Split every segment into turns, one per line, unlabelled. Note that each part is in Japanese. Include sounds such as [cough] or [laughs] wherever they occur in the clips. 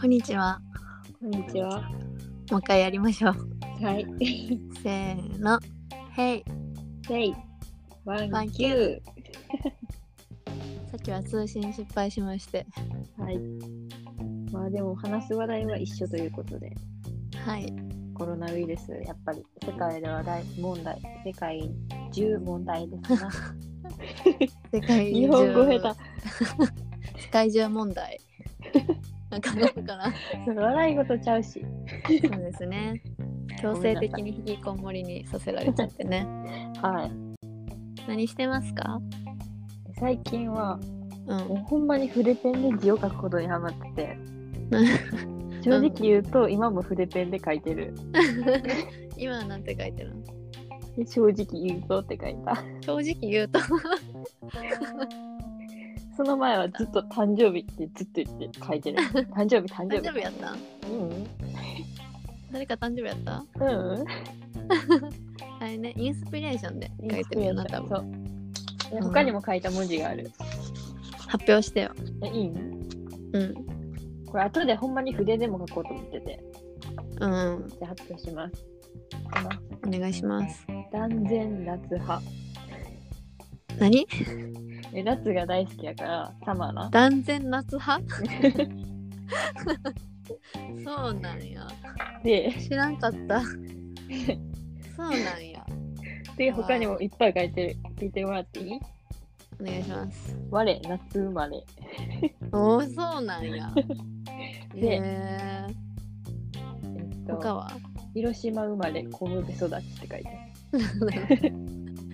こんにちは。
こんにちは。
もう一回やりましょう。 [laughs]
はい。
せーの。Hey!
せい。ワ
ワン
ン
キ
キ
ュ
ュ
ー
ー。
さっきは通信失敗しまして。
はい。まあでも話す話題は一緒ということで、
はい。
コロナウイルス、やっぱり世界では大問題、世界中問題ですな。
世界中。
日本語下
手。世界中問題。 [laughs] なんかどうかな。
手。笑い事ちゃうし。
そうですね。強制的に引きこもりにさせられちゃって [laughs] ね。
はい。
何してますか
最近は、
う。
もうんほんまに筆ペンで字を書くことにハマって [laughs] て、正直言うと、今も筆ペンで書いてる。
今なんて書いてるの
で正直言うとって書いた。
正直言うと
その前はずっと誕生日ってずっと言って書い
[laughs]
てる。誕生日、誕生
誕
日
生。日やった
うん
誰か誕生日やった
うん。
あれね、インスピレーションで書いてるよな、多分。
そうで
うん
他にも書いた文字がある。
発表してよ。
えいいん
うん。
これ後でほんまに筆でも書こうと思ってて。
うん。
じゃあ発表します。
お願いします。
断然夏派。
何
え夏が大好きやから、サマーな。
断然夏
[laughs]
派そうなんや。
で、
知らんか
[laughs]
った。そうなんや。
で他にもいっぱい書いてる。聞いてもらっていい
お願いします。
[laughs] 我、夏生まれ。
おお、そうなん
[laughs]
や。
で
へー
えっ
他
と、
は [laughs]
広島生まれ、小麦育ちって書いて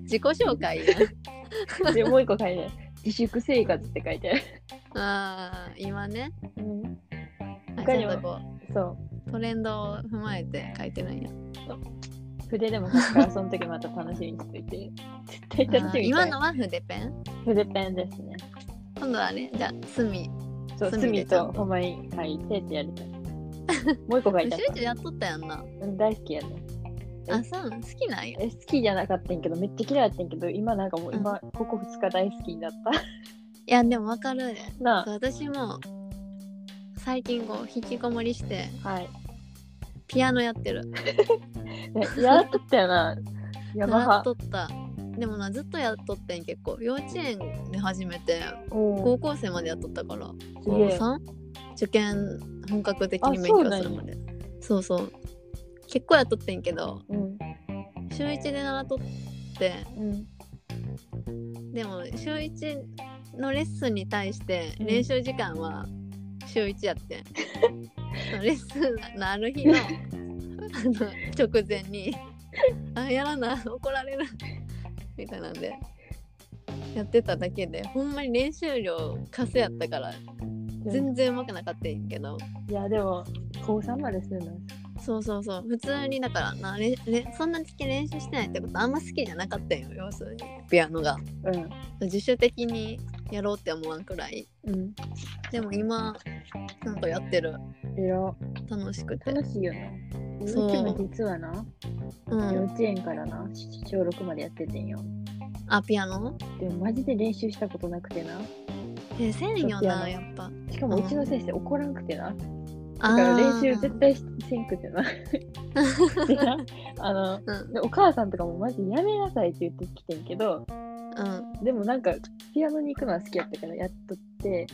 自己紹
[laughs]
介や [laughs]
ある。で、もう一個書いてある。自粛生活って書いてある。
ん。ああ、今ね。
うん、
あ
他
ち
に
ょ
も
っとこ
そう
トレンドを踏まえて書いてないや。
う。筆でも書くから、その時また楽しみにしていて。絶対
あ
楽し
ー
みにして
今のは筆ペン
筆ペンですね。
今度はね、じゃあ、墨。
そ
墨
う、
で
隅
ちゃん
と
と
ほんまに書いてってやり
[laughs]
たい。もう一個書
シ
い
ュ
てあっ
ートやっとったやんな。
た。うん大好きやね。
あ、そうなん好きなんや。
え好きじゃなかったんやけど、めっちゃ嫌いやったんやけど、今なんかもう
うん
今、ここ2日大好きになった。
い
[laughs]
や、でもわかるね。
な
私も最近こう引きこもりして
あ、はい。
ピアノやってる
えやっとったよな。やば
習っ
は
と。ったでもなずっとやっとってん結構幼稚園で始めて
お
高
ー
校生までやっとったから
すげ
高
え。
3受験本格的に
あ
勉
そう
強
なんや
するまでそうそう結構やっとってんけど
うん。
週1で習っとって
うん。
でも週1のレッスンに対して
うん
練習時間は週1やってん、そのレッスンのある日のあの直前に「あやらな怒られる」みたいなんでやってただけでほんまに練習量カスやったから
全
全然うまくなかったんやけど、
いや、でも、高3までするの。
そうそうそう普通にだからなれれそんなに練習してないってことあんま好きじゃなかったんよ要するにピアノが自主的にやろうって思わんくらい。
うん。うん。
でも今なんかやってる
えら。
楽しくて
楽しいよな。うち
そう
も実はな、
う
幼
ん
稚園からな、小6までやっててんよ。
あピアノ
でも、マジで練習したことなくてな。
えせんよ
そう
な
ピア
やっぱ
しかもうちの先生怒らんくてな。だ
あ
から
ー
練習絶対せんくてな。
[laughs]
でなあの
うん
でお母さんとかもマジやめなさいって言ってきてんけど、
うん
でもなんかピアノに行くのは好きやったからやっとって。で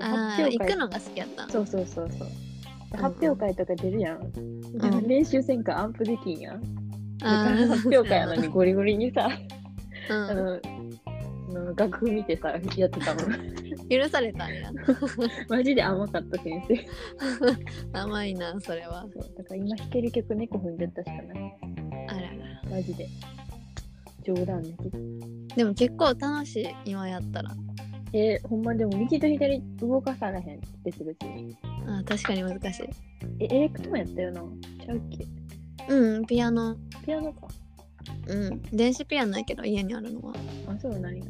あ
発
ー行
表
く
会
のが好きやった
そうそうそうそう。で
うん
発表会とか出るやん。でも練習せんからアンプできんやん。
あ
だか
ー
ら [laughs] 発表会やのにゴリゴリにさ、
うん
あの、あの楽譜見てさ、やってたもん。
許されたんや [laughs]
マジで甘かった先生。
甘いなそれは
そうだから今弾ける曲猫踏んじゃったしかない。
あらら
マジで。冗談抜き。
でも結構楽しい今やったら
えーほんまでも右と左動かされへん。別々に。
あー確かに難しい
え、エレクトーンやったよな。ちゃうっけ
うんピアノ
ピアノか。
うん電子ピアノやけど家にあるのは
あ、そうなんや。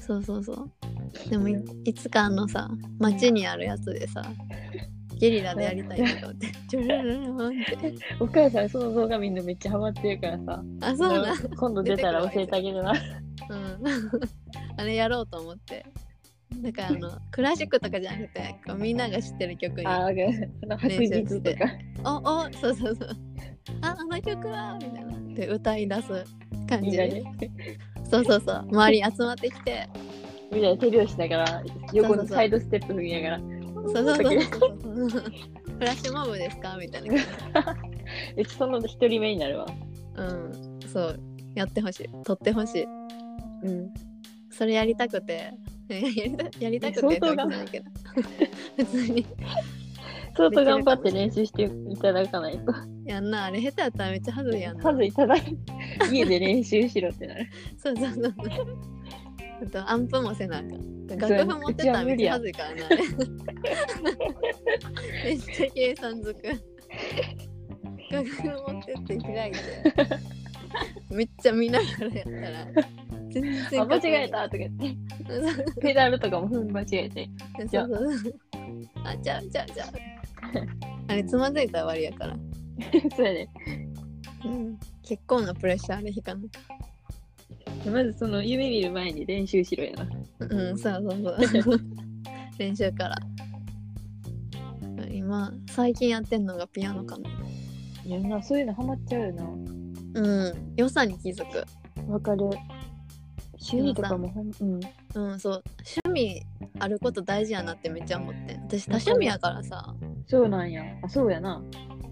そうそうそうでもいいつかあのさ街にあるやつでさゲリラでやりたいとか思
[laughs]
ってジュルルルルンって
お母さん、その動画見るのめっちゃハマってるからさ。
あそうなん [laughs]
だから今度出たら教えてあげるな。
うんあれやろうと思ってだからあのクラシックとかじゃなくてこうみんなが知ってる曲に
[laughs] ああ、あの白日とか。
おおそうそうそうああの曲はみたいなで歌い出す感
み
じ
んなね、
そうそうそう周りに集まってきて
みんなで手拍子しながら、横のサイドステップ踏みながら。
そうそうそうそうそう [laughs] フラッシュモブですかみたいな
うちその一人目になるわ。
うんそうやってほしい撮ってほしい
うん。
それやりたくてえやり [laughs] たやりたくて
相当
ってわ
頑
けじゃないけど [laughs] 普通に
相当頑張って練習していただかないと。
やんなあれ下手やったらめっちゃはずいやんな
数いただい家で練習しろって [laughs] なる。
そうそうそうそう。あとアンプもせなあかん。
う
楽譜持ってたらめっちゃはずいからな。あれめっちゃ計算づく。楽譜持ってって開いて。めっちゃ見ながらやったら。全然
あ、間違えたとか言って。
そうそう
ペダルとかも踏ん間違えて。
そうそう。あちゃうちゃうちゃう。あれつまずいたら終わりやから。
そうやね。
うん、結構なプレッシャーで弾かなきゃ。
まずその夢見る前に練習しろやな。
うん、そうそうそう。練習から。今、最近やってんのがピアノかな。
いや、まあそういうのハマっちゃうよな。
うん、良さに気づく。
わかる。趣味とかもほん、うん。
うん、そう。趣味あること大事やなってめっちゃ思って。私、多趣味やからさ。
そうなんや。あ、そうやな。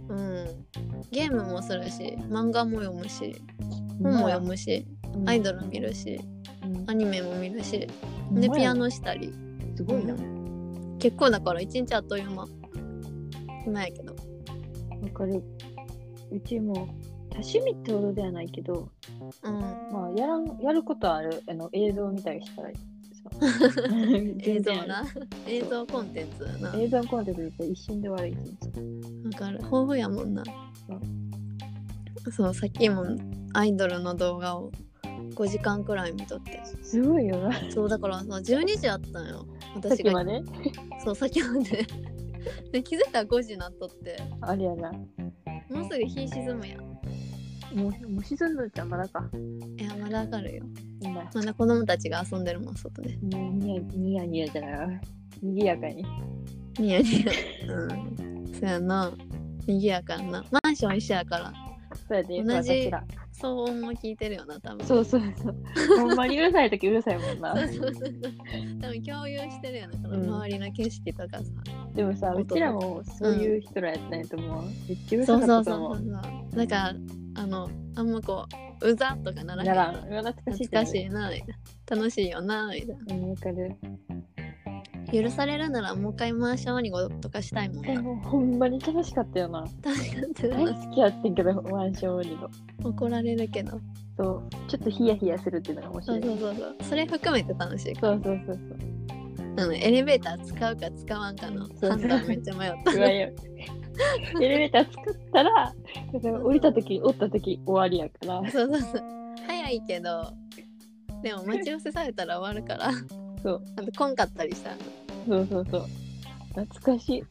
うん。ゲームもするし、漫画も読むし、本も読むし、
うん
アイドル見るし、
うん
アニメも見るし、で、ピア。ノしたり。
すごいな。
う
わ
結構だから、一日あっという間。暇やけど。
かる。うちも、多趣味ってほどではないけど、
うん。
まあ、やらん、やることある、あの、映像見たりしたら、そう
[laughs] 映
全
像
然ある
な。映像コンテンツやな。
映像コンテンツって一瞬で終わる一日。
わかる豊富やもんなそうさっきもアイドルの動画を5時間くらい見とって
すごいよな。
そうだからさ12時あったんよ
さっ
私
き
が
まで、
そう先まで [laughs] で気づいたら5時になっとって
あれやな。
もうすぐ日沈むやん
もう、もう沈んどっちゃまだか。
いやまだ明るいよ
今。
まだ子供たちが遊んでるもん外で
もうニヤニヤニヤじゃないわ。にぎやかに。
ニヤニヤうんそやな賑やかやなマンション一緒やから
そうやで、
同じ
私ら。
騒音も聞いてるよな多分
そうそうそう。ほんまにうるさいときうるさいもんな。
[laughs] そうそうそう多分共有してるよねその
うん
周りの景色とかさ、
でもさ、
音
うちらもそういう人らやったんやと思う。めっちゃうる
そ
さ
う
か
そうそ
った
う
と
そ
思
う
う。
そうだからあのあんまこううざっとかならへん
なら、うわ懐かしい
懐
ってな
か
る。
しいな楽しいよなみたい
うん、わかる。
な許されるならもう一回マンションにごとかしたいもん
え、
な
もうほんまに楽しかったよな。
楽しかった
大
な
好きやってんけど、マンションオリの。
怒られるけど
そう、ちょっとヒヤヒヤするっていうのが面
そ
白
う
い。
そうそうそうそれ含めて楽しいか
そ
ら
うそうそうそう。
あのエレベーター使うか使わんかの
そう
判断めっちゃ迷った
うわよ。エレベーター作ったら、だから降りた時、降った時終わりやから。
そうそうそう早いけどでも待ち伏せされたら終わるから
そう
あと来んかったりしたら
そうそうそう。懐かしい。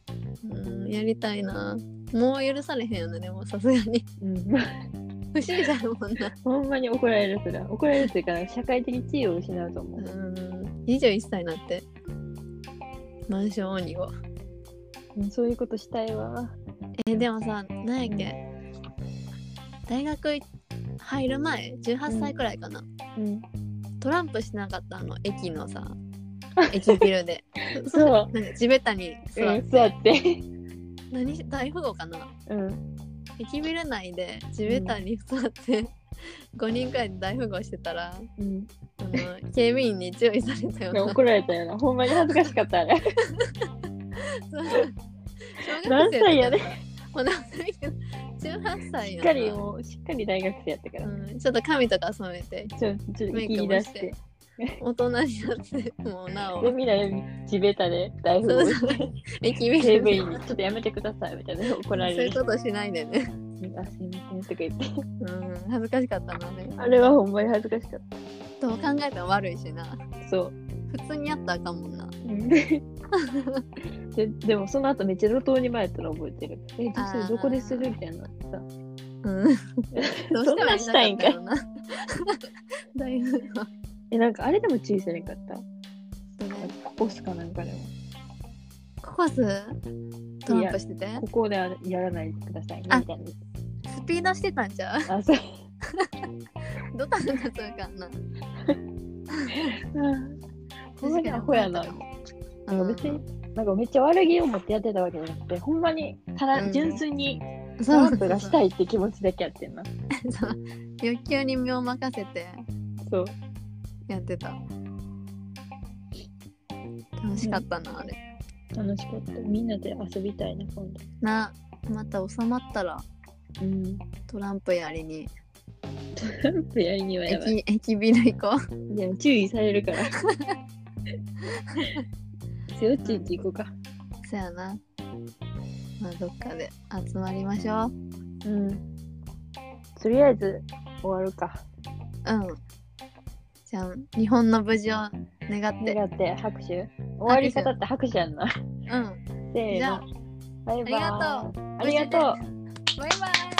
うんやりたいなもう許されへんよねでもさすがに [laughs]
うん。
不思議じゃんもんな
ほんまに怒られるそれは。怒られるっていうか、社会的地位を失うと思
う
う。
ん21歳になってマンション鬼を
うんそういうことしたいわ。
えでもさ何やっけ大学入る前18歳くらいかな、
うん。
トランプしなかったあの駅の
[laughs]
さ駅ビルで
そう。
なんか地べたに座
う
っ
ん、そうや
て、
って。 [laughs]
何し大富豪かな
うん。
駅ビル内で地べたに座って、5人くらいで大富豪してたら
うん。
あの警備員に注意されたよ
で
な
も怒られたよな。ほんまに恥ずかしかったあ [laughs] れ。
そう小学生
何歳や
ね
ね。
もう何歳や18歳
し
や
っ
な
かりもう、しっかり大学生やったから。
うん、ちょっと髪とか染めて
ちょちょっと
メイ
切
ク
り
も
出
し
してて。
大人になってもうなお
で、みんなで地べたで大富豪
そう
して、
駅ビル
警備
で
員にちょっとやめてくださいみたいな怒
そう
ら
い
れ
う
る。
ことしないでね、
あ、すいませんとか言って。
うん、恥ずかしかったなね
あれはほんまに恥ずかしかっ
どう考えても悪いしな
た。そう。
普通にやったらあかんもんな
ででもその後めっちゃ路頭に迷ったの覚えてる。え、女
あー
性どこでするみたいなさ。
う
[laughs]
んどうしてもやりたか [laughs] ったよな大富豪
え、なんかあれでも注意されんかった
とか
なんかココスかなんかでも、
ココストランプしてて
ここではやらないでくださいね、
あ
みたいな。
スピードしてたんちゃう
あ、そう。
どたんかそうかな。
ほんまにアホやな。
う
なんか
ん
別に、なんかめっちゃ悪気を持ってやってたわけじゃなくて、ほんまに、た
う
だ
ん
純粋にト
そ
ラ
う
ンプがした
い。
いって気持ちだけやってんな。
そう欲求に身を任せて
そう。
やってた。楽しかったな、あれ。
楽しかった。みんなで遊びたいな、今度。
な、また収まったら
うん。
トランプやりに
トランプやりにはやばい。
駅駅ビル行こう。
いや、注意され [laughs] るから。セオチーチ行こうか。
[laughs] そやな。まあ、どっかで集まりましょう。
うん。とりあえず、終わるか。
うん。じゃあ、日本の無事を願って。
願って拍手。終わり方って拍手やんな。
うん。
せー
じゃあ
の。バイバイ。
ありがと
ありがとう。
バイバイ